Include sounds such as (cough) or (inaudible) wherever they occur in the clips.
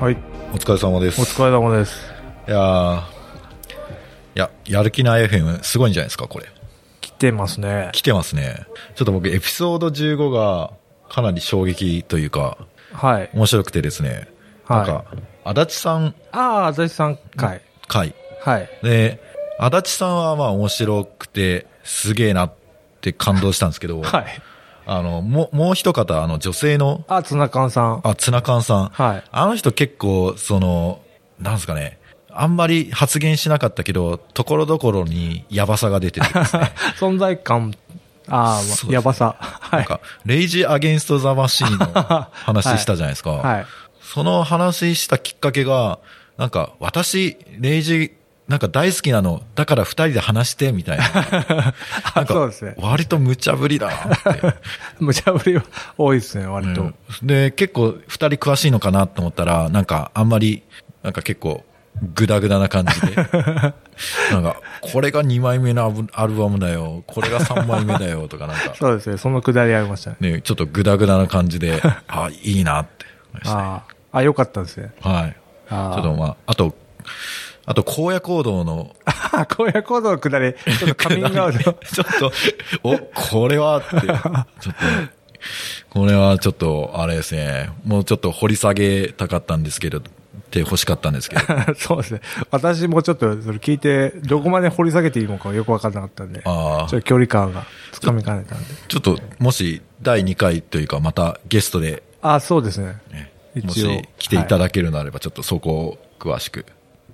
はい、お疲れ様です。お疲れ様です。いやーいや、やる気ない FM すごいんじゃないですか、これ。来てますね。来てますね。ちょっと僕、エピソード15がかなり衝撃というか、はい。面白くてですね、なんはか、足立さんい。ああ、足立さん回。会。はい。で、足立さんはまあ面白くて、すげえなって感動したんですけど、はい。あの、もう、もう一方、あの、女性の、あ、ツナ缶さん。あ、ツナ缶さん。はい。あの人結構、その、なんですかね、あんまり発言しなかったけど、ところどころにやばさが (laughs) 出てて、存在感、あそうですあ、ねやばさ。はなんい。か、レイジ・アゲンスト・ザ・マシー (laughs) ンの話したじゃないですか。はい。その話したきっかけが、なんか、私、レイジ、なんか大好きなの、だから二人で話して、みたいな。 (laughs) なんそうかですね、割と無茶ぶりだなって。無茶ぶりは多いですね、割と。うんで、結構二人詳しいのかなと思ったら、なんかあんまり、なんか結構、グダグダな感じ (laughs) で。なんか、これが2枚目のアブアルバムだよ、これが3枚目だよ、とかなんか、そうですね、そのくだりありましたね。ね、ちょっとグダグダな感じで、あ、いいなって思いましたね。ああ、あ、よかったですね。 (laughs) はい。ちょっとあまあ、あと、あと、荒野行動の、あ、荒野行動のくだり、ちょっとカミングアウちょっト。と、お、これはって、ちょっと、これはちょっと、あれですね、もうちょっと掘り下げたかったんですけど、って欲しかったんですけど、 (laughs) そうですね。私もちょっと、それ聞いて、どこまで掘り下げていいのかよくわからなかったんで、ちょああっと距離感がつかみかねたんで。ちょっと、もし、第2回というか、またゲストで、ああ、そうですね。ね、一応もし来ていただけるならば、ちょっとそこを詳しく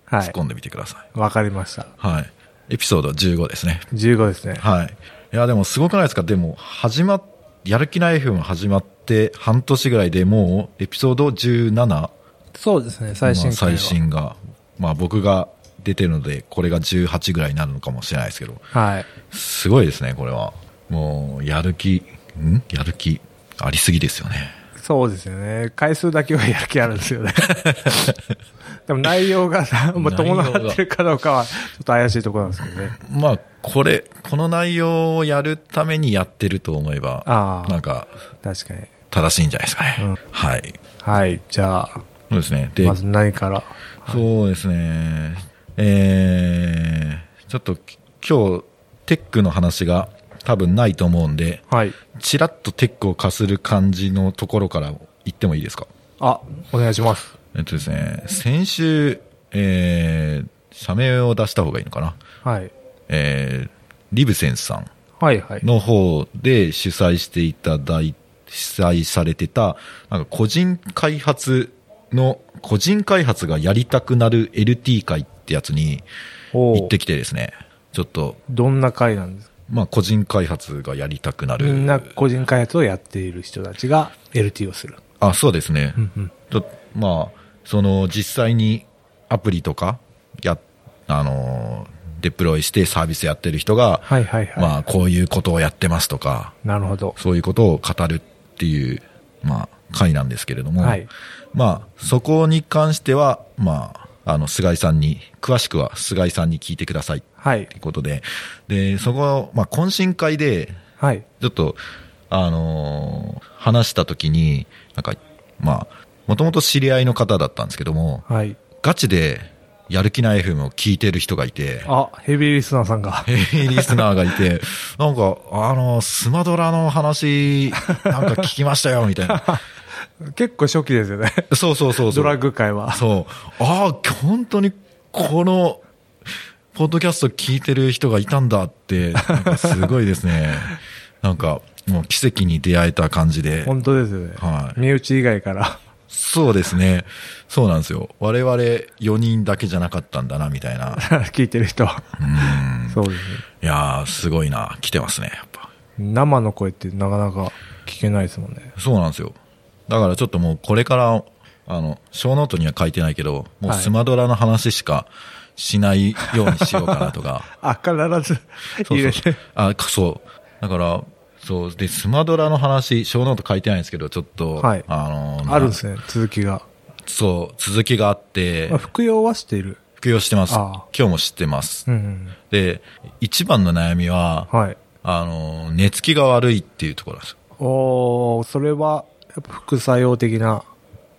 は突っい。込んでみてください。わかりました。はい。エピソード15ですね。 15ですね。はい。いや、でもすごくないですかでも、始まっ、やる気ない FM 始まって半年ぐらいでもう、エピソード17、そうですね、最新まあ回は。最新が、まあ僕が出てるので、これが18ぐらいになるのかもしれないですけど、はい。すごいですね、これは。もう、やる気、んやる気、ありすぎですよね。そうですよね。回数だけはやる気あるんです (laughs) よね。でも内容がさ、まあ、内容が伴ってるかどうかは、ちょっと怪しいところなんですけどね。まあ、これ、この内容をやるためにやってると思えあば、あなんか、確かに。正しいんじゃないですかね。うんはい。はい。じゃあ、そうですね。で、まず何から。そうですね。えー、ちょっとき今日、テックの話が多分ないと思うんで、はい。ちらっとテックを化する感じのところから言ってもいいですかあ、お願いします。えっとですね、先週、えー、社名を出した方がいいのかなはい。えー、リブセンスさんはいはい。の方で主催していただい、主催されてた、なんか個人開発の、個人開発がやりたくなる LT 会ってやつにお行っおて。きてですね、ちょっと、どんな回なんですかまあ個人開発がやりたくなみんなる。個人開発をやっている人たちが LT をする。あ、そうですね。うんうん。とまあ、その実際にアプリとかや、あのー、デプロイしてサービスやってる人が、はいはいはい。まあ、こういうことをやってますとか、なるほど。そういうことを語るっていう、まあ、会なんですけれども、はいまあ、そこに関しては、まあ、あの、菅井さんに、詳しくは菅井さんに聞いてくださいっはいて。いうことで、で、そこ、まあ、懇親会で、はい。ちょっと、あのー話したときに、なんか、まあ、もともと知り合いの方だったんですけども、はい。ガチで、やる気ない FM を聞いてる人がいて、あ、ヘビーリスナーさんが。ヘビーリスナーがい (laughs) て、なんか、あの、スマドラの話、なんか聞きましたよ、みたいな。 (laughs) 結構初期ですよね。そうそうそうそドう。ラッグ界は。そう。ああ、本当に、この、ポッドキャスト聞いてる人がいたんだって、なんかすごいですね。なんか、もう奇跡に出会えた感 (laughs) じで。本当ですよね。はい身内以外から。 (laughs) そうですね。そうなんですよ。我々4人だけじゃなかったんだな、みたいな。聞いてる人は。そうですね。いやー、すごいな。来てますね、やっぱ。生の声ってなかなか聞けないですもんね。そうなんですよ。だからちょっともうこれから、あの、小ノートには書いてないけど、もうはいスマドラの話しかしないようにしようかな (laughs) とか。あ、必ずそう入そうれて。あ、かそう。だから、そう。で、スマドラの話、小ノート書いてないんですけど、ちょっと、はいあのあるんでね。すね、続きが。そう、続きがあってまあ、服用はしている。服用してます。あ今日も知ってます。うんうん。で、一番の悩みは、はい。あの、寝つきが悪いっていうところなんですよ。おーそれは、やっぱ副作用的な。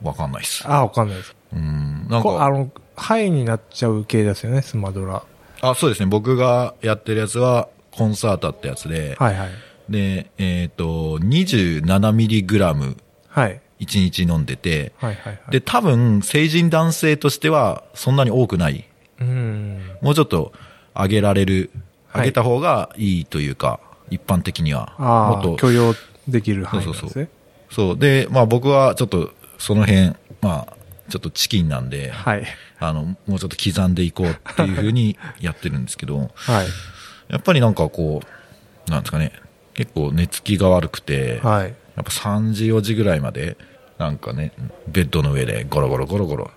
わかんないっす。あ、わかんないです。うん。なんこあか、の、ハイになっちゃう系ですよね、スマドラ。あ、そうですね。僕がやってるやつは、コンサータってやつで、はいはい。で、えっ、と、27mg1 はい。日飲んでて、はいはいはい。で、多分、成人男性としては、そんなに多くない。うん。もうちょっと上げられる、はい上げた方がいいというか、一般的には。ああ、もっと許容できる範囲なんそうですそね。うそう。そう。で、まあ僕はちょっと、その辺、まあ、ちょっとチキンなんで、はい。あの、もうちょっと刻んでいこうっていうふうにやってるんですけど、はい。やっぱりなんかこう、なんですかね、結構寝つきが悪くて、はい。やっぱ3時4時ぐらいまで、なんかね、ベッドの上でゴロゴロゴロゴロ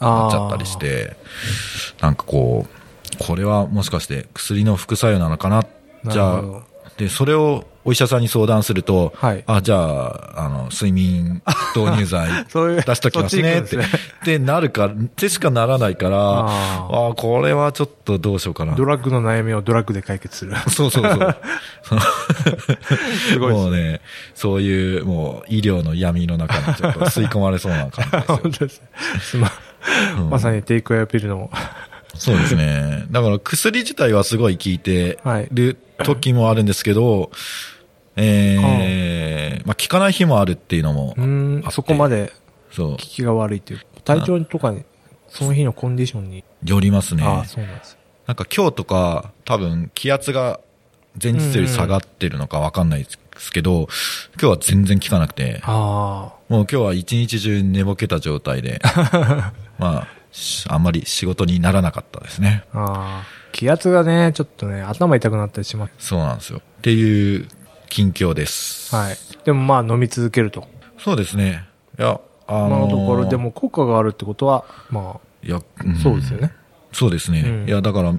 なっちゃったりして、なんかこう、これはもしかして薬の副作用なのかななじるゃほどあ、で、それをお医者さんに相談すると、はいあ、じゃあ、あの、睡眠導入剤 (laughs) そういう出しときますねって、そっち行くんですねってなるか、ってしかならないから、ああこれはちょっとどうしようかな。ドラッグの悩みをドラッグで解決する。そうそうそう。そのごい (laughs) ですねもうね、そういう、もう医療の闇の中にちょっと吸い込まれそうな感じですよ本当ですねすまうんまさにテイクアウェイピルの。そうですね。だから薬自体はすごい効いてる時もあるんですけど、えー、まあ効かない日もあるっていうのもう、ん、あそこまでそう効、きが悪いというか体調とかに、その日のコンディションに。よりますね。ああ、そうなんです。なんか今日とか多分気圧が前日より下がってるのかわかんないですけど、今日は全然効かなくて、あもう今日は一日中寝ぼけた状 (laughs) 態で、まあ、しあんまり仕事にならなかったですね。あ、ああ。気圧がね、ちょっとね、頭痛くなったりします。そうなんですよ。っていう近況です。はい。でもまあ飲み続けると。そうですね。いや、あのー今のところでも効果があるってことは、まいや、あ、んそうですよね。。そうですね。うんいや、だから、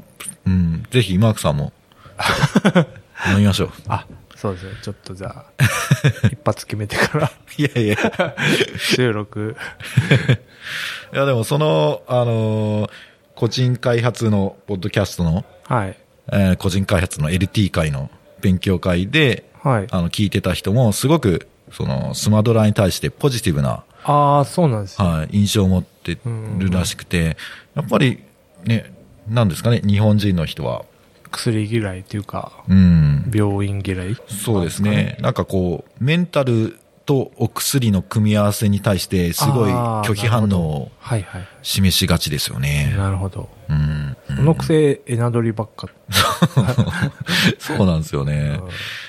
うん、ぜひマークさんも、 (laughs) ちょっと飲みましょう。あ、そうですね。ちょっとじゃあ、 (laughs) 一発決めてからいやいや。い収録。や、でもその、あのー個人開発の、ポッドキャストの、はい。えー個人開発の LT 会の勉強会で、はい。あの、聞いてた人も、すごく、その、スマドラに対してポジティブな、ああ、そうなんですよ。はい、印象を持ってるらしくて、やっぱり、ね、なんですかね、日本人の人は。薬嫌いというか、うん。病院嫌い。そうですね。なんかこう、メンタルとお薬の組み合わせに対して、すごいあー拒否反応をはいはい。示しがちですよね。なるほど。うん。そのくせ、エナドリばっか。 (laughs) そうなんですよね。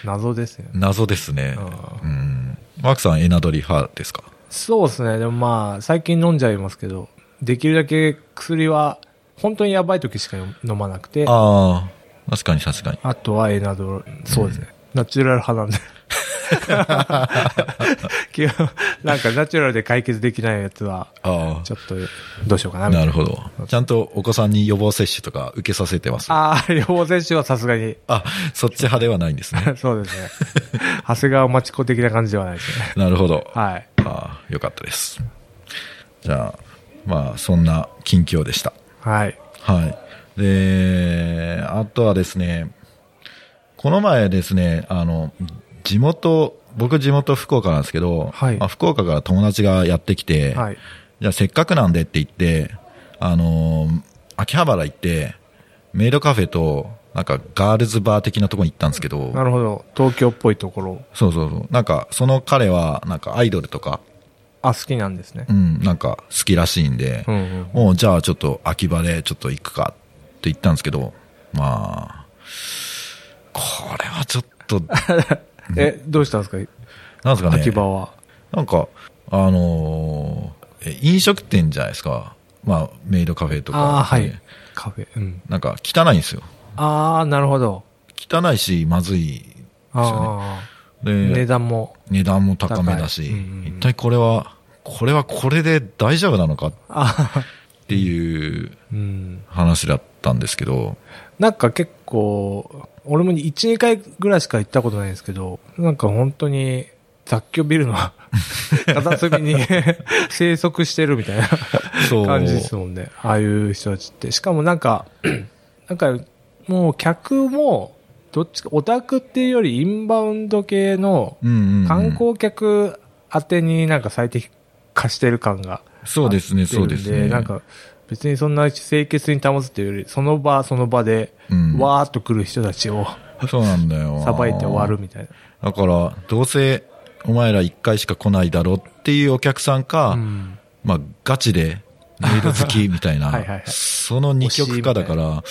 謎ですよね。謎ですね。あうん。マークさん、エナドリ派ですかそうですね。でもまあ、最近飲んじゃいますけど、できるだけ薬は、本当にやばい時しか飲まなくて、あああ、確かに確かに。とはエナドリ、そうですね。ナチュラル派な (laughs) んで。基本なんかナチュラルで解決できないやつは、ああちょっと、どうしようかなみたないな。るほど。ちゃんとお子さんに予防接種とか受けさせてます。あああ、予防接種はさすがに。。そっち派ではないんですねそうですね。長谷川町子的な感じではないですね。なるほど。あはい。あ、よかったです。じゃあ、まあ、そんな近況でした。はい。はい。で、あとはですね、この前ですね、あの、地元、僕地元福岡なんですけど、はいまあ、福岡から友達がやってきて、はい。じゃあせっかくなんでって言って、あのー秋葉原行って、メイドカフェと、なんかガールズバー的なとこに行ったんですけど、なるほど。東京っぽいところ。そうそうそう。なんか、その彼は、なんかアイドルとか、あ、好きなんですねう。ん、なんか好きらしいんで、うんうん。 (laughs) もうじゃあちょっと秋葉でちょっと行くかって言ったんですけど、まあ、これはちょっ (laughs) と、え、どうしたんですかなんですかね。秋葉は。なんか、あのーえ飲食店じゃないですか。まあ、メイドカフェとか。ああ、はい。カフェ。うん。なんか汚いんですよ。ああ、なるほど。汚いし、まずい。あで、あ、値段も。値段も高めだ高いし、うんうん一体これは、これはこれで大丈夫なのかっああ、ていううん。話だったんですけど、なんか結構、俺も1、2回ぐらいしか行ったことないんですけど、なんか本当に雑居ビル (laughs) の片隅に生息してるみたいな。そう。感じですもんね。ああいう人たちって。しかもなんか、 (clears throat) なんか、もう客も、どっちか、オタクっていうよりインバウンド系のうんうんうん観光客宛てになんか最適化してる感がそうですね合ってるんそうですねなんか、別にそんな清潔に保つというより、その場その場で、うんわーっと来る人たちをそうなんだよ。さばいて終わるみたいな。だから、どうせお前ら一回しか来ないだろっていうお客さんか、ん (laughs) まあガチでメイド好きみたいな、はいはいはいその二極化だから、だか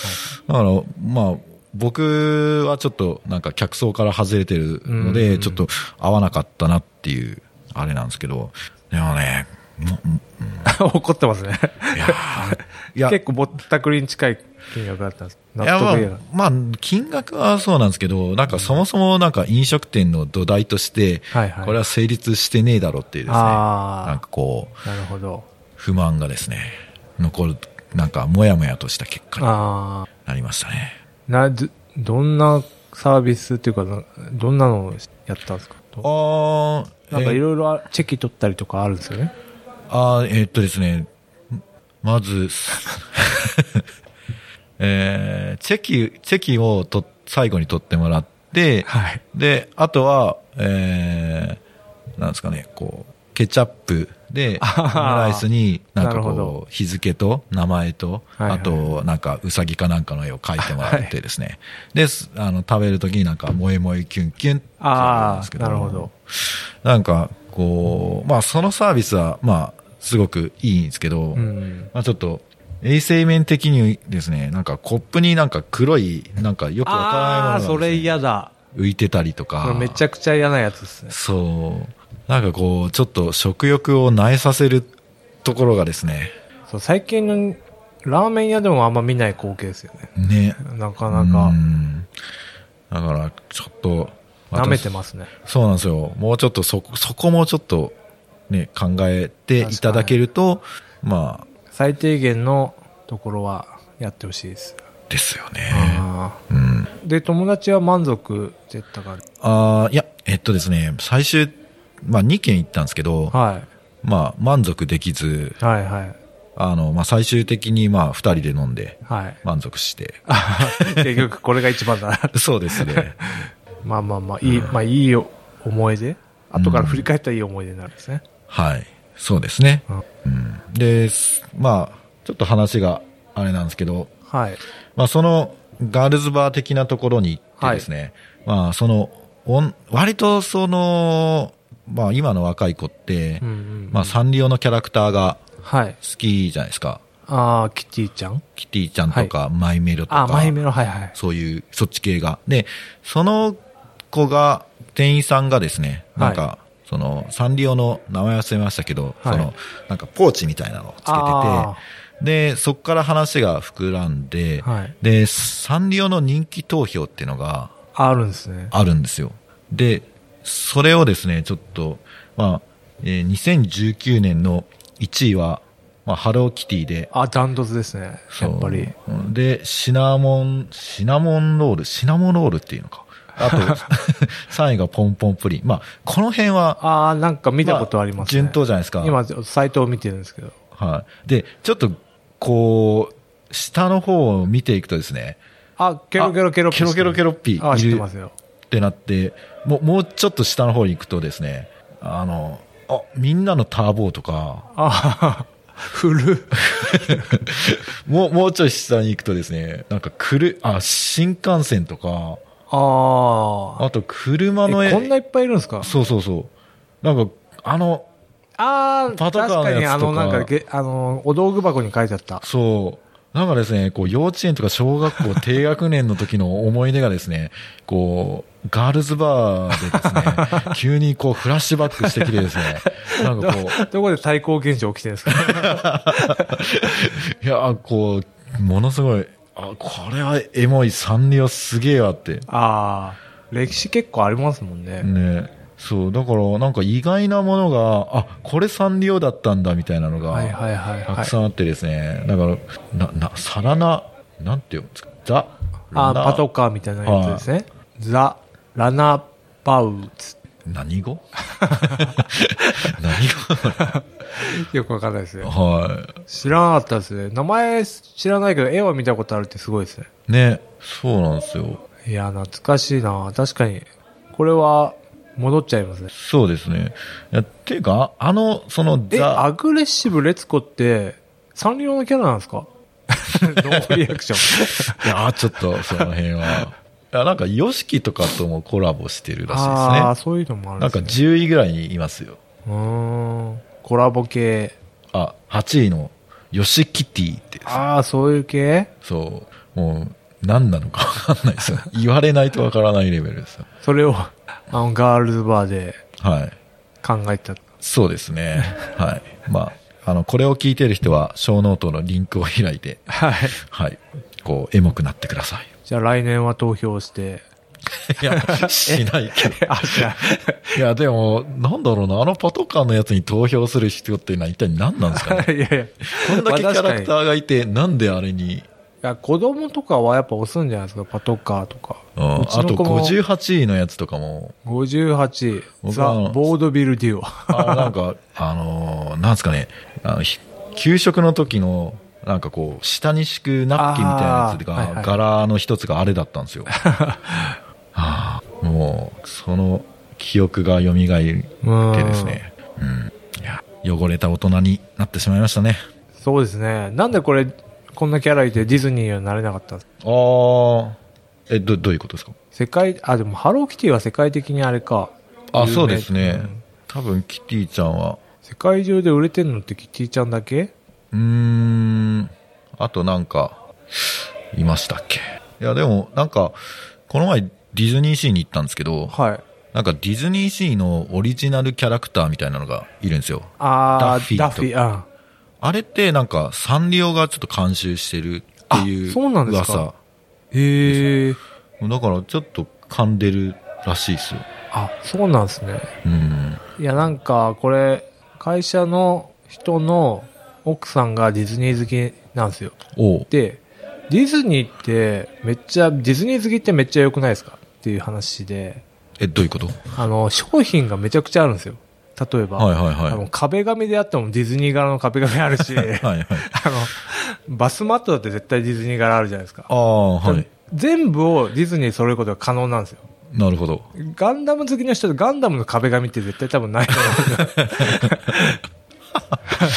ら、まあ、僕はちょっとなんか客層から外れてるのうんうで、んちょっと合わなかったなっていう、あれなんですけど、でもね、も怒ってますね。いや (laughs) ーいや結構ぼったくりに近い金額だったんです。納いや、ま得いかなあ、まあ、金額はそうなんですけど、なんかそもそもなんか飲食店の土台として、はいはいこれは成立してねえだろっていうですね、あーなんかこう、なるほど。不満がですね、残る、なんかもやもやとした結果にああ。なりましたね。な、ずどんなサービスっていうか、などんなのをやったんですかあーなんかえいーろいろチェキ取ったりとかあるんですよね。あーえーっとですね、まず、 (laughs) えーチェキ、チェキをと、最後に取ってもらって、はい。で、あとは、えー、なんですかね、こう、ケチャップで、オはムはライスに、なんかなるほどこう、日付と名前と、はいはいあと、なんか、うさぎかなんかの絵を描いてもらってですね。ですあの、食べるときになんか、萌え萌えキュンキュンって言うんあですけあ、ど。なるほど。。なんか、こう、まあ、そのサービスは、まあ、すごくいいんですけど、うん。まあ、ちょっと、衛生面的にですね、なんかコップになんか黒い、なんかよくわあからあー、ないものそがですれね嫌だ。浮いてたりとこかれ。めちゃくちゃ嫌なやつですね。そう。なんかこう、ちょっと食欲を萎えさせるところがですね。そう、最近のラーメン屋でもあんま見ない光景ですよね。ね。なかなかう、んだから、ちょっと。舐めてまますね。そうなんですよ。もうちょっとそこ、そこもちょっと、ね、考えていただけると、まあ、最低限のところはやってほしいです。ですよね。あうん。ーで、友達は満足してたから。あーいや、えっとですね、最終、まあ2件行ったんですけど、はまあ満足できず、い。はいはい。あの、まあ最終的にまあ2人で飲んで (laughs) はい。満足して。結局これが一番だな。(laughs) (laughs) そうですね。まあまあまあ、いい、まあいい思い出。後から振り返ったらいい思い出になるんですね。はい。そうですね。うんうん、で、すまあ、ちょっと話があれなんですけど、はい。まあ、そのガールズバー的なところに行ってですね、まあ、その、おん割とその、まあ、今の若い子って、うんうん。まあ、サンリオのキャラクターがはい。好きじゃないですか。ああ、キティちゃんキティちゃんとか、マイメロとあかあ、、マイメロ、はいはい。そういう、そっち系が。で、その子が、店員さんがですね、なんか、その、サンリオの名前忘れましたけど、はいその、なんかポーチみたいなのをつけあてて、で、そこから話が膨らんで、はいで、サンリオの人気投票っていうのがあるんですね。あるんですよ。で、それをですね、ちょっと、まあ、えー2019年の1位は、まあ、ハローキティで、あ、ダントツですね。やっぱり。そう。で、シナモン、シナモンロール、シナモンロールっていうのか。 (laughs) あと、3位がポンポンプリン。まあ、この辺は、ああ、なんか見たことありますね。順当じゃないですか。今、サイトを見てるんですけど。はい。で、ちょっと、こう、下の方を見ていくとですね、あ、ケロケロケロッピあケロケロケロッピああ、い知るってますよ。ってなって、もう、もうちょっと下の方に行くとですね、あの、あ、みんなのターボーと (laughs) か、ああ、古。もう、もうちょい下に行くとですね、なんか、くる、あ、新幹線とか、ああ。あと、車のえ絵こんないっぱいいるんですかそうそうそう。なんか、あの、ああ、パ確トカーのかに、やあつとの、かなんかげ、あの、お道具箱に書いてあった。そう、なんかですね、こう、幼稚園とか小学校低学年の時の思い出がですね、 (laughs) こう、ガールズバーで (laughs) ですね、急にこう、フラッシュバックしてきてですね、なんかこどこで対抗現象起きてるんです (laughs) かう、いや、こう、ものすごい、あ、これはエモい、サンリオすげえわって。ああ、歴史結構ありますもんね。ね。そう、だから、なんか意外なものが、あ、これサンリオだったんだ、みたいなのが、はいはいはいたはくい。さんあってですね、だから、な、な、サラナ、なんて読むんですかザ、あラナパトカーみたいなやつですね。ザ・ラナ・バウツ。何語 (laughs) 何よくわかんないです語 (laughs) よ。は知らなかったですね。名前知らないけど、絵は見たことあるってすごいですね。い。ね、そうなんですよ。いや、懐かしいな確かに。これは、戻っちゃいますね。そうですね。いやっていうか、あの、その、え、ザ、アグレッシブレツコって、サンリオのキャラなんです (laughs) かノーリアクション。いや、ちょっと、その辺は。いや、なんか、ヨシキとかともコラボしてるらしいああ、ですそういうのもあね。るなんか、ですね。 10位ぐらいにいますよ。うーん。コラボ系。あ、8位の、ヨシキティってですね、ああ、そういう系そう。もう、何なのかわかんないです (laughs) よ。言われないとわからないレベルですよ。それを、あの、ガールズバーではい。考えた。そうです (laughs) ね。はい。まあ、あの、これを聞いてる人は、小ノートのリンクを開いて、はい。はい。こう、エモくなってください。じゃあ来年は投票して。いや、し (laughs) な (laughs) いけど。あ、じゃいや、でも、なんだろうな、あのパトカーのやつに投票する必要っていうのは一体何なんですかね。 (laughs) あ、いやいや。こんだけキまあャ確かラにクターがいて、なんであれに、いや、子供とかはやっぱ押すんじゃないですか、パトカーとか。うん、あうちとの子も58位のやつとかも、 58、僕はあのザ・ボードビル (laughs) デュオ。あなんか、あのーなんですかね、あのひ給食の時の、なんかこう、下に敷くナプキンみたいなやつが、あーはいはい柄の一つがあれだった (laughs) んですよ。はあ、もう、その記憶が蘇るわけですね。うん。いや、汚れた大人になってしまいましたね。そうですね。なんでこれ、こんなキャラいてディズニーにはなれなかったんですかああ。え、ど、どういうことですか世界、あ、でもハローキティは世界的にあれか。有あ、名そうですねん。多分、キティちゃんは、世界中で売れてんのってキティちゃんだけうーん、あとなんか、いましたっけ。いや、でも、なんか、この前、ディズニーシーに行ったんですけど、はい。なんかディズニーシーのオリジナルキャラクターみたいなのがいるんですよ。ダあッフー、ィーとダッフィー、ああれってなんかサンリオがちょっと監修してるっていうあそうなんですか噂。へえ。だからちょっと噛んでるらしいですよ。あ、そうなんですね。うん。いや、なんか、これ、会社の人の奥さんがディズニー好きなんですよ。おうで、ディズニーって、めっちゃ、ディズニー好きってめっちゃ良くないですかっていう話で、え、どういうことあの、商品がめちゃくちゃあるんですよ。例えば、はいはいはいあの壁紙であってもディズニー柄の壁紙あるし、 (laughs) あはいはい。の、バスマットだって絶対ディズニー柄あるじゃないですか。ああ、はい。全部をディズニーに揃えることが可能なんですよ。なるほど。ガンダム好きの人でガンダムの壁紙って絶対多分ないと思うんですよ (laughs) だから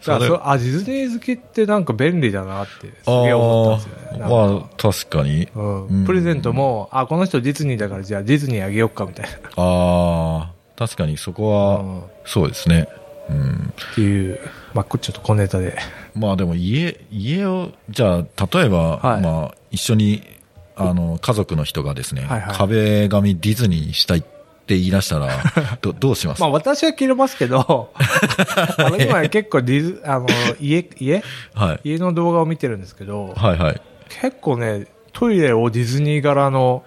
それそうあ、ディズニー好きってなんか便利だなって、すあげえ思ったんですよね。なんかあ、まあ、確かに。うん、プレゼントも、あ、この人ディズニーだからじゃあディズニーあげようかみたいな。ああ、確かにそこは、うんっそうですね。うん。ていう、まあ、こちょっと小ネタで。まあでも家、家を、じゃあ、例えば、はいまあ、一緒に、あの、家族の人がですね、はいはい壁紙ディズニーにしたいって言い出し (laughs) たら、どどうします (laughs) まあ私は切れますけど、 (laughs) あの今結構ディズ、 (laughs) あの、家、家はい。家の動画を見てるんですけど、はいはい。結構ね、トイレをディズニー柄の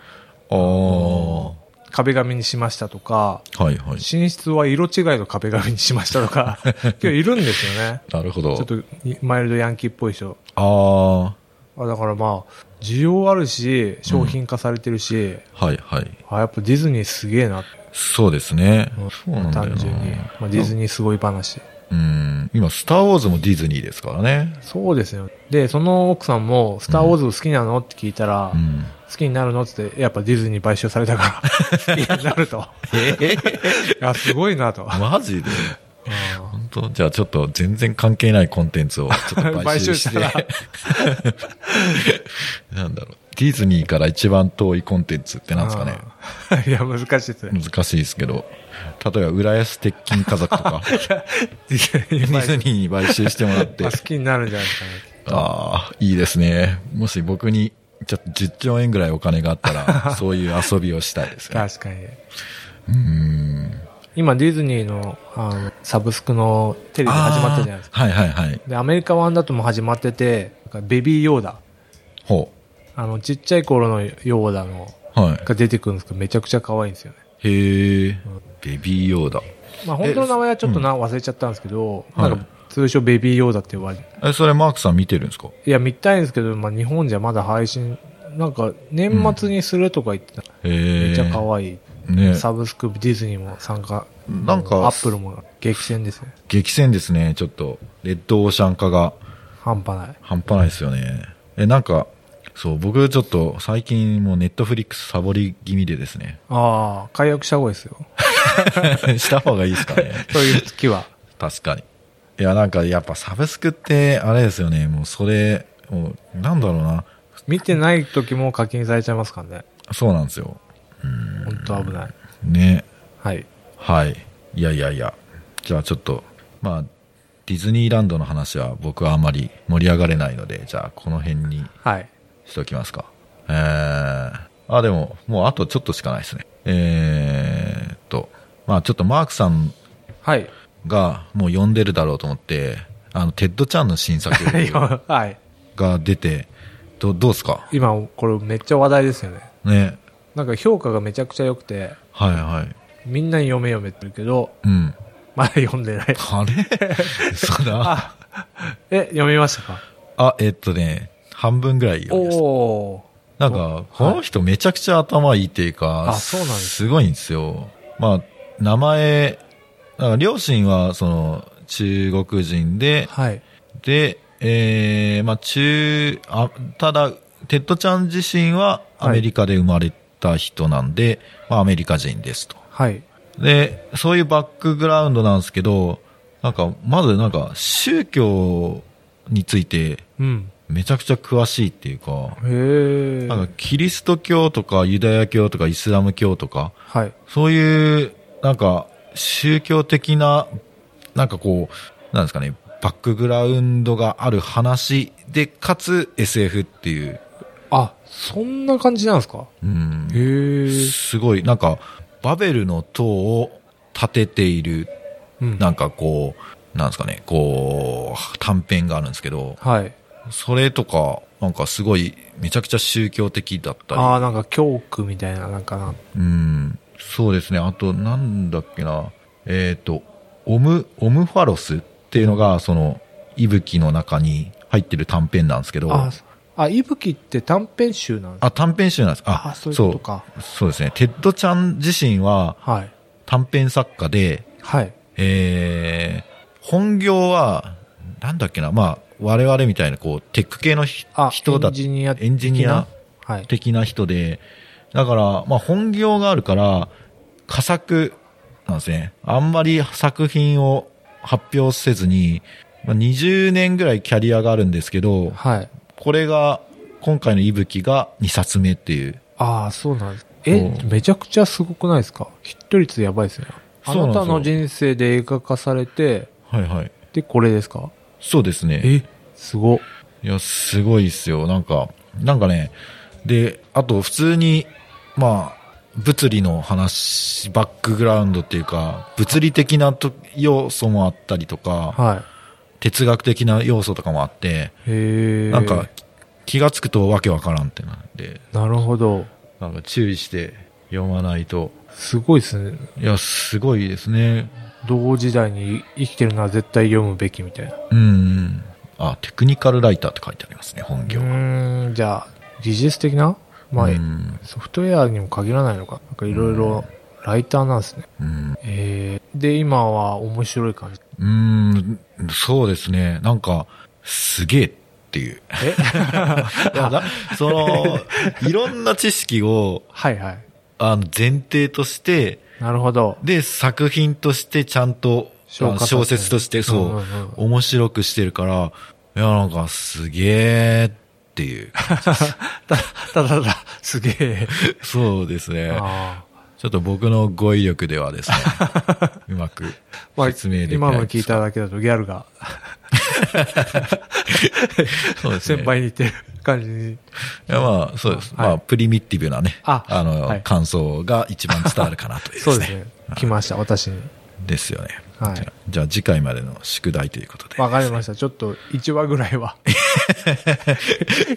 ああ、は壁紙にしましたとか、いはい。寝室は色違いの壁紙にしましたと (laughs) か、結構いるんですよね。なるほど。ちょっとマイルドヤンキーっぽい人。ああだからまあ、需要あるし、商品化されてるし、あ、はいはい。あ、やっぱディズニーすげえな。そうですね。そうなんだよ単な。純に。まあ、ディズニーすごい話。うん。今、スター・ウォーズもディズニーですからね。そうですよ。で、その奥さんも、スターウォーズ好きなのって聞いたら、うん。好きになるのってって、やっぱディズニー買収された (laughs) から、好きになると。ええいや、すごいなと。マジでうん本当じゃあちょっと全然関係ないコンテンツをちょっと買収して (laughs) 買収し (laughs) なんだろうディズニーから一番遠いコンテンツってなんですかねうんいや、難し (laughs) いですね。難しいですけど例えば浦安鉄筋家族 (laughs) とかディデズニィズーニーに買収してもらってまあ好きになるんじゃないですかね。ああいいですねもし僕にちょっと10兆円ぐらいお金があっ (laughs) たらそういう遊びをしたいですね確かに。うん今、ディズニーの、あの、サブスクのテレビ始まったじゃないですか。あーはいはいはいで、アメリカ版だとも始まってて、ベビーヨーダ。ほあの、ちっちゃい頃のヨーダの、うはいが出てくるんですけど、めちゃくちゃ可愛いんですよね。へえベビーヨーダまあ、本当の名前はちょっとな、忘れちゃったんですけど、はいなんか、通称ベビーヨーダって呼ばれて、えそれマークさん見てるんですかいや、見たいんですけど、まあ、日本じゃまだ配信、なんか、年末にするとか言ってた。めめっちゃ可愛い。ねサブスク、ディズニーも参加。なんかアップルも激戦ですね。激戦ですね、ちょっと。レッドオーシャン化が半端ない。半端ないですよね。え、なんか、そう、僕ちょっと最近もうネットフリックスサボり気味でですね。 (laughs) ああ、解約した方がいいですよ。した方がいいですかね。そういう月は。確かに。いや、なんかやっぱサブスクって、あれですよね。もうそれ、もうなんだろうな。見てない時も課金されちゃいますからね。そうなんですよ。本当危ない。ね。はい。はい。いやいやいや。じゃあちょっと、まあ、ディズニーランドの話は僕はあんまり盛り上がれないので、じゃあこの辺にはい。しときますか。えー、あ、でも、もうあとちょっとしかないですね。えーっと、まあちょっとマークさんはい。がもう読んでるだろうと思って、あの、テッドちゃんの新作はい。が出て、どどうですか今、これめっちゃ話題ですよね。ね。なんか評価がめちゃくちゃ良くて、はいはい。みんなに読め読めって言うけど、うん。まだ読んで (laughs) ない。あれそうだ。あ、え、読みましたかあ、えっとね、半分ぐらい読みました。おー。なんか、この人めちゃくちゃ頭いいっていうか、あそうなんですすごいんですよ。まあ、名前、なんか両親は、その、中国人で、はい。で、えー、まあ、中、あただ、テッドちゃん自身はアメリカで生まれた人なんで、まあ、アメリカ人ですと。はい。で、そういうバックグラウンドなんですけど、なんか、まずなんか、宗教について、うん。めちゃくちゃ詳しいっていうか、へえ。なんかキリスト教とかユダヤ教とかイスラム教とか、はい。そういう、なんか宗教的な、なんかこう、なんですかね、バックグラウンドがある話で、かつ SF っていう、あ、そんな感じなんですかうん、へえ。すごい、なんかバベルの塔を建てている、うんなんかこう、なんですかね、こう、短編があるんですけど、はい。それとか、なんかすごい、めちゃくちゃ宗教的だったり、ああ、なんか教区みたいな、なんかな。うん、そうですね。あと、なんだっけな。えっ、と、オム、オムファロスっていうのが、その、息吹の中に入ってる短編なんですけど、ああ、あ、いぶきって短編集なんです短編集なんです。あ、あそういうことかそう。そうですね。テッドちゃん自身はかはい。短編作家で、はい。えー、本業は、なんだっけな、まあ、我々みたいな、こう、テック系のひあ、人だエンジニア的な。エンジニアはい。的な人で、だから、まあ本業があるから、佳作なんですね。あんまり作品を発表せずに、まあ、20年ぐらいキャリアがあるんですけど、はい。これが、今回の息吹が2冊目っていう。ああ、そうなんです。え、うんめちゃくちゃすごくないですかヒット率やばいですね。そあうななんですよたの人生で映画化されて、はいはい。で、これですかそうですね。え、すご。いや、すごいっすよ。なんか、なんかね、で、あと普通に、まあ、物理の話、バックグラウンドっていうか、物理的なと要素もあったりとか、は哲学的な要素とかもあって、い。へえ。なんか、気がつくとわけわからんってなんで、なるほど。なんか注意して読まないと。すごいですね。いや、すごいですね。同時代に生きてるのは絶対読むべきみたいな。うんうん。あ、テクニカルライターって書いてありますね、本う業は。ーん、じゃあ、技術的なまあ、うんソフトウェアにも限らないのか。なんかいろいろ、ライターなんですね。うん。えー、で、今は面白い感じ。うん、そうですね。なんか、すげえっていう。え (laughs) いやだ (laughs) その、いろんな知識を、はいはい。あの、前提として、なるほど。で、作品としてちゃんと、あ消化のさせ小説として、そう、うんうんうん面白くしてるから、いや、なんか、すげーっていう。 (laughs) (laughs) た、ただただ、すげえ。そうですね。ああちょっと僕の語彙力で (laughs) はですね、うまくまあ、説明できない。今の聞いただけだとギャルがそうですね先輩に似てる感じに。いや、まあ、そうです。はいまあ、プリミティブなね、ああの、はい感想が一番伝わるかなというですそね。うですね。来ました、私に。ですよね。はいじゃあじゃあ次回までの宿題ということで。わかりました。ちょっと、1話ぐらい (laughs) は。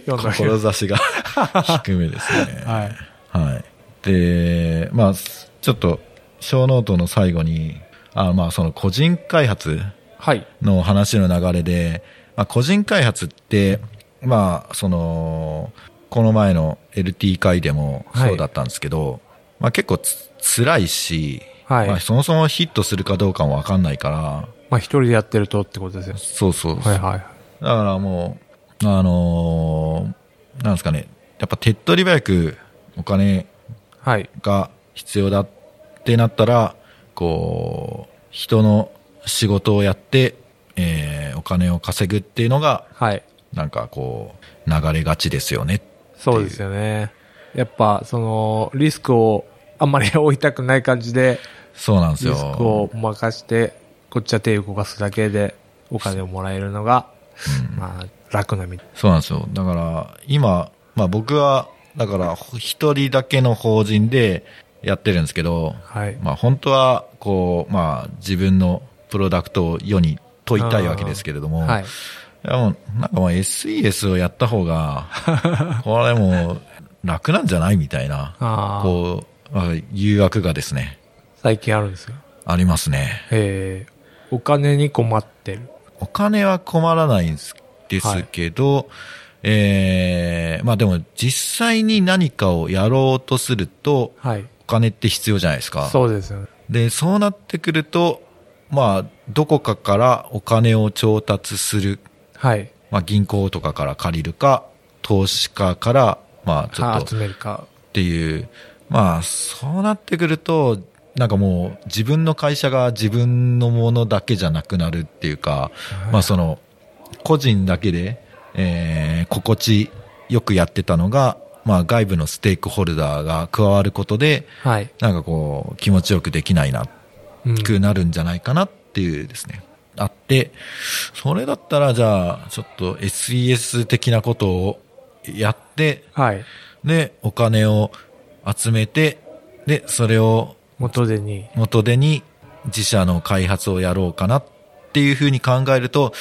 読んだけど。志が (laughs) 低めで (laughs) すね。はい。はい。で、まあ、すちょっと、小ノートの最後に、あまあ、その個人開発はい。の話の流れで、まあ、個人開発って、まあ、その、この前の LT 会でもはいそうだったんですけど、まあ結構つ辛いし、はいまあそもそもヒットするかどうかもわかんないから、まあ、一人でやってるとってことですよ。そうそうはいはい。だからもう、あのーなんですかね、やっぱ手っ取り早くお金はい。が必要だってなったら、こう、人の仕事をやって、えーお金を稼ぐっていうのが、はい。なんかこう、流れがちですよね。そうですよね。やっぱ、その、リスクをあんまり負いたくない感じで、そうなんですリよ。スクを任して、こっちは手を動かすだけでお金をもらえるのが、まあ、楽なみ。そうなんですよ。だから、今、まあ僕は、だから、ほ一人だけの法人でやってるんですけど、はい。まあ本当は、こう、まあ自分のプロダクトを世に問いたいわけですけれども、はい。いやもうなんかもう SES をやった方 (laughs) が、これもう楽なんじゃないみたいな、ああ、こう、まあ誘惑がですね、最近あるんですよ。ありますね。ええお金に困ってる。お金は困らないんですですけど、えーまあでも実際に何かをやろうとすると、はい。お金って必要じゃないですか。そうですよね。で、そうなってくると、まあ、どこかからお金を調達する、はい。まあ銀行とかから借りるか、投資家から、まあちょっはと集めるか。っていう、まあ、そうなってくると、なんかもう自分の会社が自分のものだけじゃなくなるっていうか、まあその、個人だけで、えー、心地よくやってたのが、まあ外部のステークホルダーが加わることで、はい。なんかこう、気持ちよくできないな、うんくなるんじゃないかなっていうですね、あって、それだったらじゃあ、ちょっと SES 的なことをやって、はい。で、お金を集めて、で、それを元手に。元手に自社の開発をやろうかなっていうふうに考えると、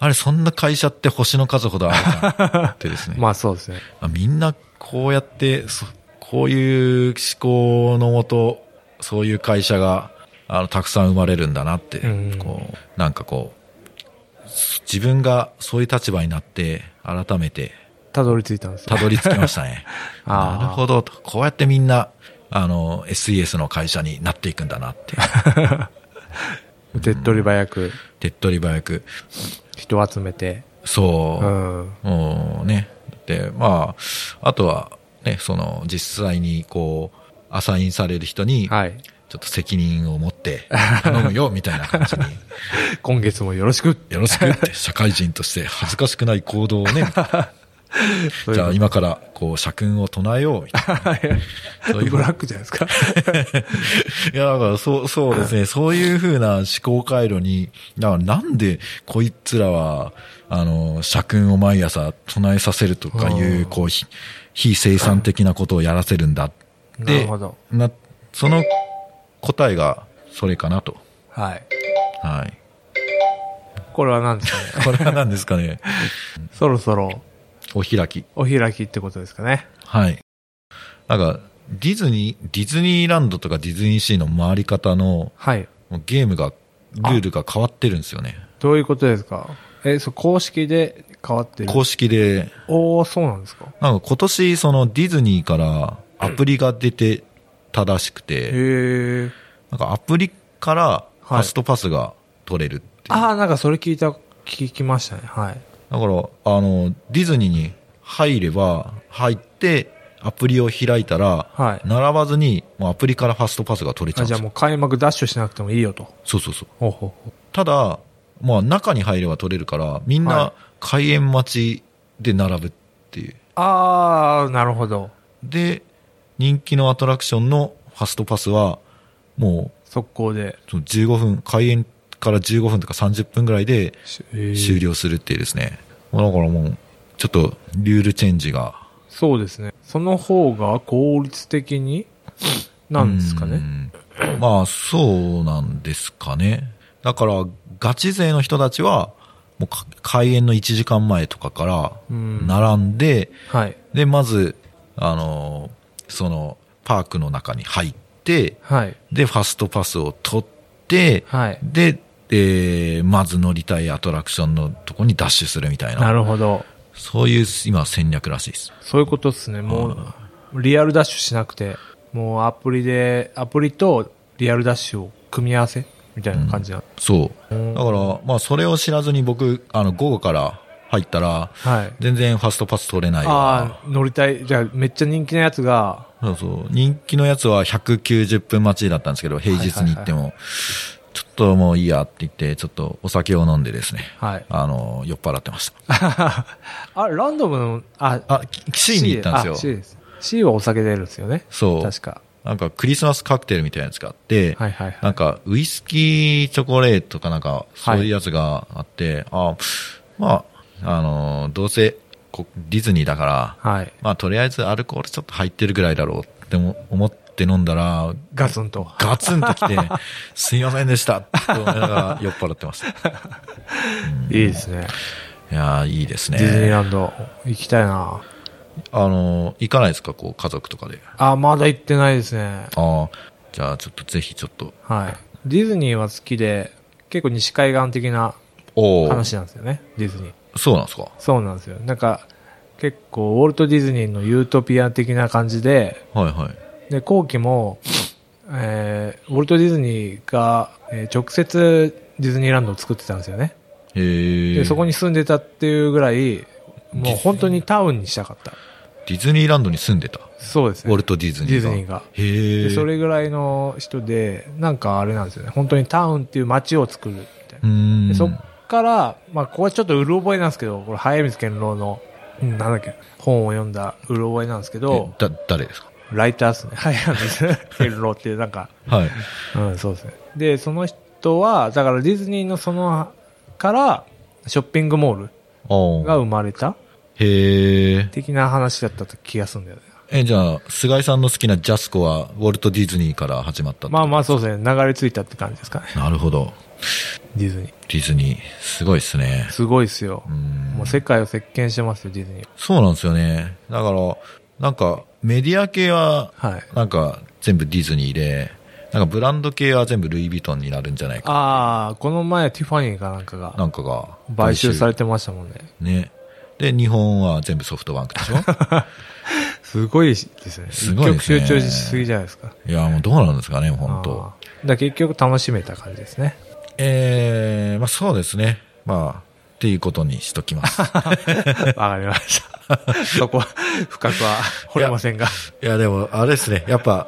あれ、そんな会社って星の数ほどあるかなってで (laughs) すね。まあそうですね。あみんなこうやって、そこういう思考のもと、そういう会社が、あの、たくさん生まれるんだなって、うんこう、なんかこう、自分がそういう立場になって、改めてたどり着いたんですたよ。どり着きまし (laughs) たね。あなーるほどと。こうやってみんな、あの、SES の会社になっていくんだなって。 (laughs) 手っ取り早く手っ取り早く。人を集めて。そうう。ん。もうね。で、まあ、あとは、ね、その、実際にこう、アサインされる人に、はい。ちょっと責任を持って、頼 (laughs) むよ、みたいな感じに、今月もよろしく。よろしくって、社会人として恥ずかしくない行 (laughs) 動をね、そういうじゃあ今から、こう、社訓を唱えよう、みたいな。 (laughs) はいそういうブラックじゃないです (laughs) か。 (laughs) いや、だから、そう、そうです (laughs) ね。そういうふうな思考回路に、だからなんで、こいつらは、あの、社訓を毎朝唱えさせるとかいうう、んこう、非非生産的なことをやらせるんだって。なるほど。な、その答えが、それかなと。はい。はい。これは何ですかね。これは何ですかね。 (laughs) そろそろお開き。お開きってことですかね。はい。なんか、ディズニー、ディズニーランドとかディズニーシーの回り方の、はい。もうゲームが、ルールが変わってるんですよね。どういうことですかえ、そう、公式で変わってる。公式で、おー、そうなんですかなんか今年、そのディズニーからアプリが出てたらしくへて、ー。なんかアプリからファストパスが取れるっていう。ああ、なんかそれ聞いた、聞きましたね。はい。だから、あの、ディズニーに入れば、入って、アプリを開いたら、はい並ばずに、もうアプリからファストパスが取れちゃうあんじでゃあすよ。もう開幕ダッシュしなくてもいいよと。そうそうそう。ほうほうほう。ただ、まあ中に入れば取れるから、みんはいな開園待ちで並ぶっていう。ああ、なるほど。で、人気のアトラクションのファストパスは、もう速攻で。その15分、開演から15分とか30分ぐらいで終終了するっていうですね。まあだからもう、ちょっとルールチェンジが。そうですね。その方が効率的に、なんですかね。うん。まあそうなんですかね。だから、ガチ勢の人たちは、もうか開演の1時間前とかから、うん並んで、はい。で、まず、あのーその、パークの中に入って、はい。で、ファストパスを取って、はい。で、えーまず乗りたいアトラクションのとこにダッシュするみたいな。なるほど。そういう今戦略らしいです。そういうことですね。もう、リアルダッシュしなくて、もうアプリで、アプリとリアルダッシュを組み合わせみたいな感じな。そう。うんだから、まあそれを知らずに僕、あの、午後から入ったら、はい。全然ファストパス取れないようなああ、乗りたい。じゃあ、めっちゃ人気なやつが、そうそう。人気のやつは190分待ちだったんですけど、平日に行っても、ちょっともういいやって言って、ちょっとお酒を飲んでですね、 (laughs) はいあの、酔っ払ってました。あ、ランドムの、あ、あ、C に行ったんです C よ。です。C はお酒出るんですよね。そう。確か。なんかクリスマスカクテルみたいなやつがあって、はいはいはいなんかウイスキーチョコレートかなんか、そういうやつがあって、あまあ、あのどうせこディズニーだから、はい。まあとりあえずアルコールちょっと入ってるぐらいだろうっても思って飲んだら、ガツンと。ガツン (laughs) ときて、すいませんでしたって思いながら酔っ払ってま (laughs) した。いいいですね。やーいいですディズニーね。ランド行きたいな。あの行かないですかこう家族とかで。あ、まだ行ってないですね。ああ、じゃあちょっとぜひちょっと、はい。ディズニーは好きで、結構西海岸的なおお、話なんですよね、ディズニー。そうなんですかそうなんですよ。なんか、結構、ウォルト・ディズニーのユートピア的な感じで、はいはい。で、後期も、えー、ウォルト・ディズニーが、えー直接ディズニーランドを作ってたんですよね。へえ。で、そこに住んでたっていうぐらい、もう本当にタウンにしたかった。ディズニーランドに住んでた。そうですウね。ォルト・ディズニーが。ディズニーがへえ。でそれぐらいの人で、なんかあれなんですよね。本当にタウンっていう街を作るみたいうな。ーん。でそっから、まあ、ここはちょっとうる覚えなんですけど、これ、早水健郎の、うんなんだっけ、本を読んだうる覚えなんですけどえ、だ、誰ですかライターですね。 (laughs) 早水健郎っていう、なんか、はい。うん、そうですね。で、その人は、だからディズニーのその、から、ショッピングモーおルがー生まれたへえ。的な話だった気がするんだよね。え、じゃあ、菅井さんの好きなジャスコは、ウォルト・ディズニーから始まったってまあまあそうですね。流れ着いたって感じですかね。なるほど。ディズニー。ディズニー、すごいっすね。すごいですようー。んもう世界を席巻してますよ、ディズニー。そうなんですよね。だから、なんか、メディア系は、はい。なんか、全部ディズニーで、なんか、ブランド系は全部ルイ・ヴィトンになるんじゃないか。ああ、この前ティファニーかなんかがなんかが、買収されてましたもんね。ね。で、日本は全部ソフトバン (laughs) クでしょすごいですね。すごいですね一極集中しすぎじゃないですか。いや、もうどうなんですかね、本あーだ当から結局楽しめた感じです (laughs) ね。ええまあそうですね。まあ、っていうことにしとき (laughs) ます。わかりました。そこは、深くは掘れませんが。いや、でも、あれですね。やっぱ、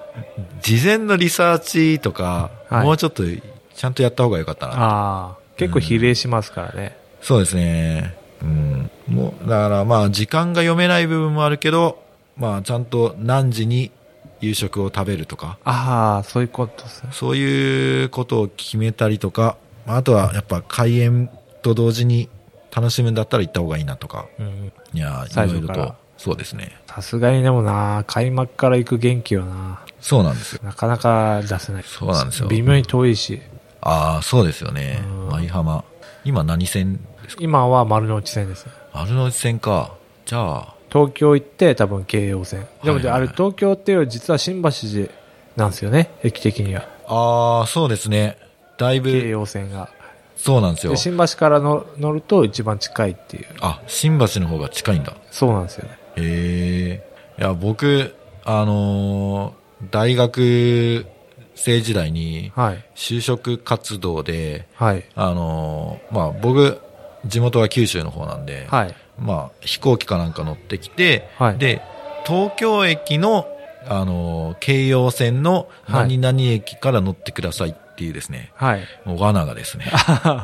事前のリサーチとか、はいもうちょっと、ちゃんとやった方がよかったな。ああ、結構比例しますからね。そうですね。うん。もう、だからまあ、時間が読めない部分もあるけど、まあ、ちゃんと何時に夕食を食べるとか、ああ、そういうことですね。そういうことを決めたりとか、まあ、あとはやっぱ開演と同時に楽しむんだったら行った方がいいなとか、うん。いや、い最ろい初ろからと、そうですね。さすがにでもな、開幕から行く元気はな、そうなんですよ。なかなか出せない。そうなんですよ微妙に遠いし、ああ、そうですよねうん。舞浜。今何線ですか今は丸の内線ですね。丸の内線か。じゃあ、東京行って多分京葉線。でも、はいはいはいあれ東京っていうより実は新橋なんですよね、駅的には。ああ、そうですね。だい京ぶ、葉線が。そうなんですよで、。新橋からの乗ると一番近いっていう。あ、新橋の方が近いんだ。そうなんですよね。へえ。いや、僕、あのー大学生時代に、はい。就職活動で、はい。あのーまあ、僕、地元は九州の方なんで、はい。まあ、飛行機かなんか乗ってきて、はいで、東京駅の、あの、京葉線のはい何々駅から乗ってくださいっていうですね、はい。もう罠がですね、 (laughs)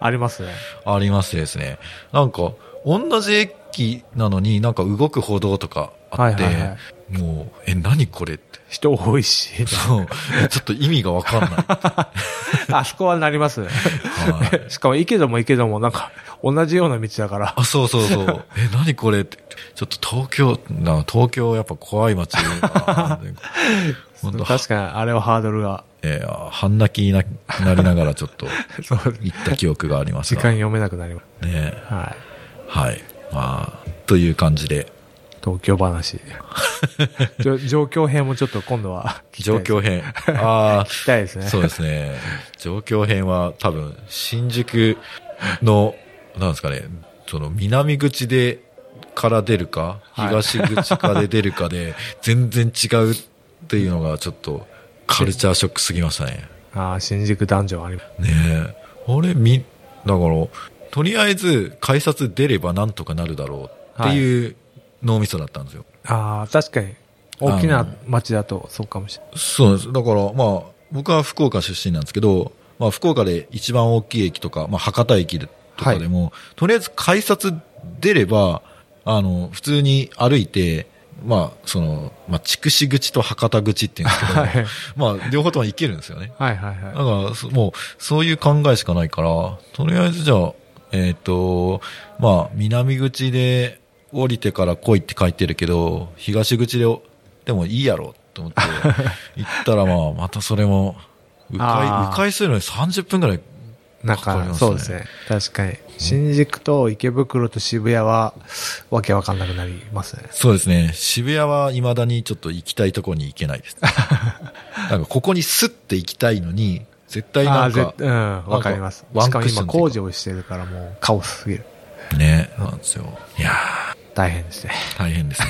ありますね。ありましてですね、なんか、同じ駅なのになんか動く歩道とかあって、はいはいはもう、え、何これって。人多いし。そう、ちょっと意味がわかんない。 (laughs) あそこはなりますね。は (laughs) いしかも池田も池田もなんか同じような道だから。あ、そうそうそう。え、何これって。ちょっと東京、な東京やっぱ怖い街だな。 (laughs) 本当確かにあれはハードルが。えー、半泣きにななりながらちょっと (laughs) そう行った記憶があります時が。間読めなくなります。ねえはい。はい。まあ、という感じで、東京 (laughs) 話。じょ状況編もちょっと今度は聞きたい状ですね況編。ああ、聞きたいですね。 (laughs) そうですね。状況編は多分、新宿の、なんですかね、その南口で、から出るか、はい東口から出るかで、全然違うっていうのがちょっと、カルチャーショックすぎましたね。ああ、新宿ダンジョンあります。ねえ。あれ、み、だから、とりあえず改札出ればなんとかなるだろうっていう脳みそだったんですよ。ああ、確かに。大きな町だとそうかもしれない。そうなんです。だから、まあ、僕は福岡出身なんですけど、まあ、福岡で一番大きい駅とか、まあ、博多駅とかでも、とりあえず改札出れば、あの、普通に歩いて、まあ、その、まあ、筑紫口と博多口っていうんですけど、はいまあ、両方とも行けるんですよね。はいはいだはから、そもう、そういう考えしかないから、とりあえずじゃあ、えっ、と、まあ、南口で降りてから来いって書いてるけど、東口で、でもいいやろ (laughs) と思って、行ったらまあ、またそれも、迂あー回、迂回するのに30分くらい、い。なんわかりか、ますねそうですね。確かに。新宿と池袋と渋谷は、わけわかんなくなりますね。そうですね、渋谷は未だにちょっと行きたいとこに行けな (laughs) いです。なんか、ここにスッて行きたいのに、絶対あなあんー、ぜか、うん、わかります。ワしンかクもッショ今ン工事をしてるからもうカオスすぎる。ね、なんですよ。いやー大変ですね。大変 (laughs) ですね。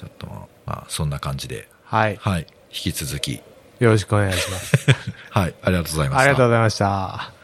ちょっと、まあ、そんな感じで、はい。はい、引き続き、 (laughs) よろしくお願いします。はい、ありがとうございました。ありがとうございました。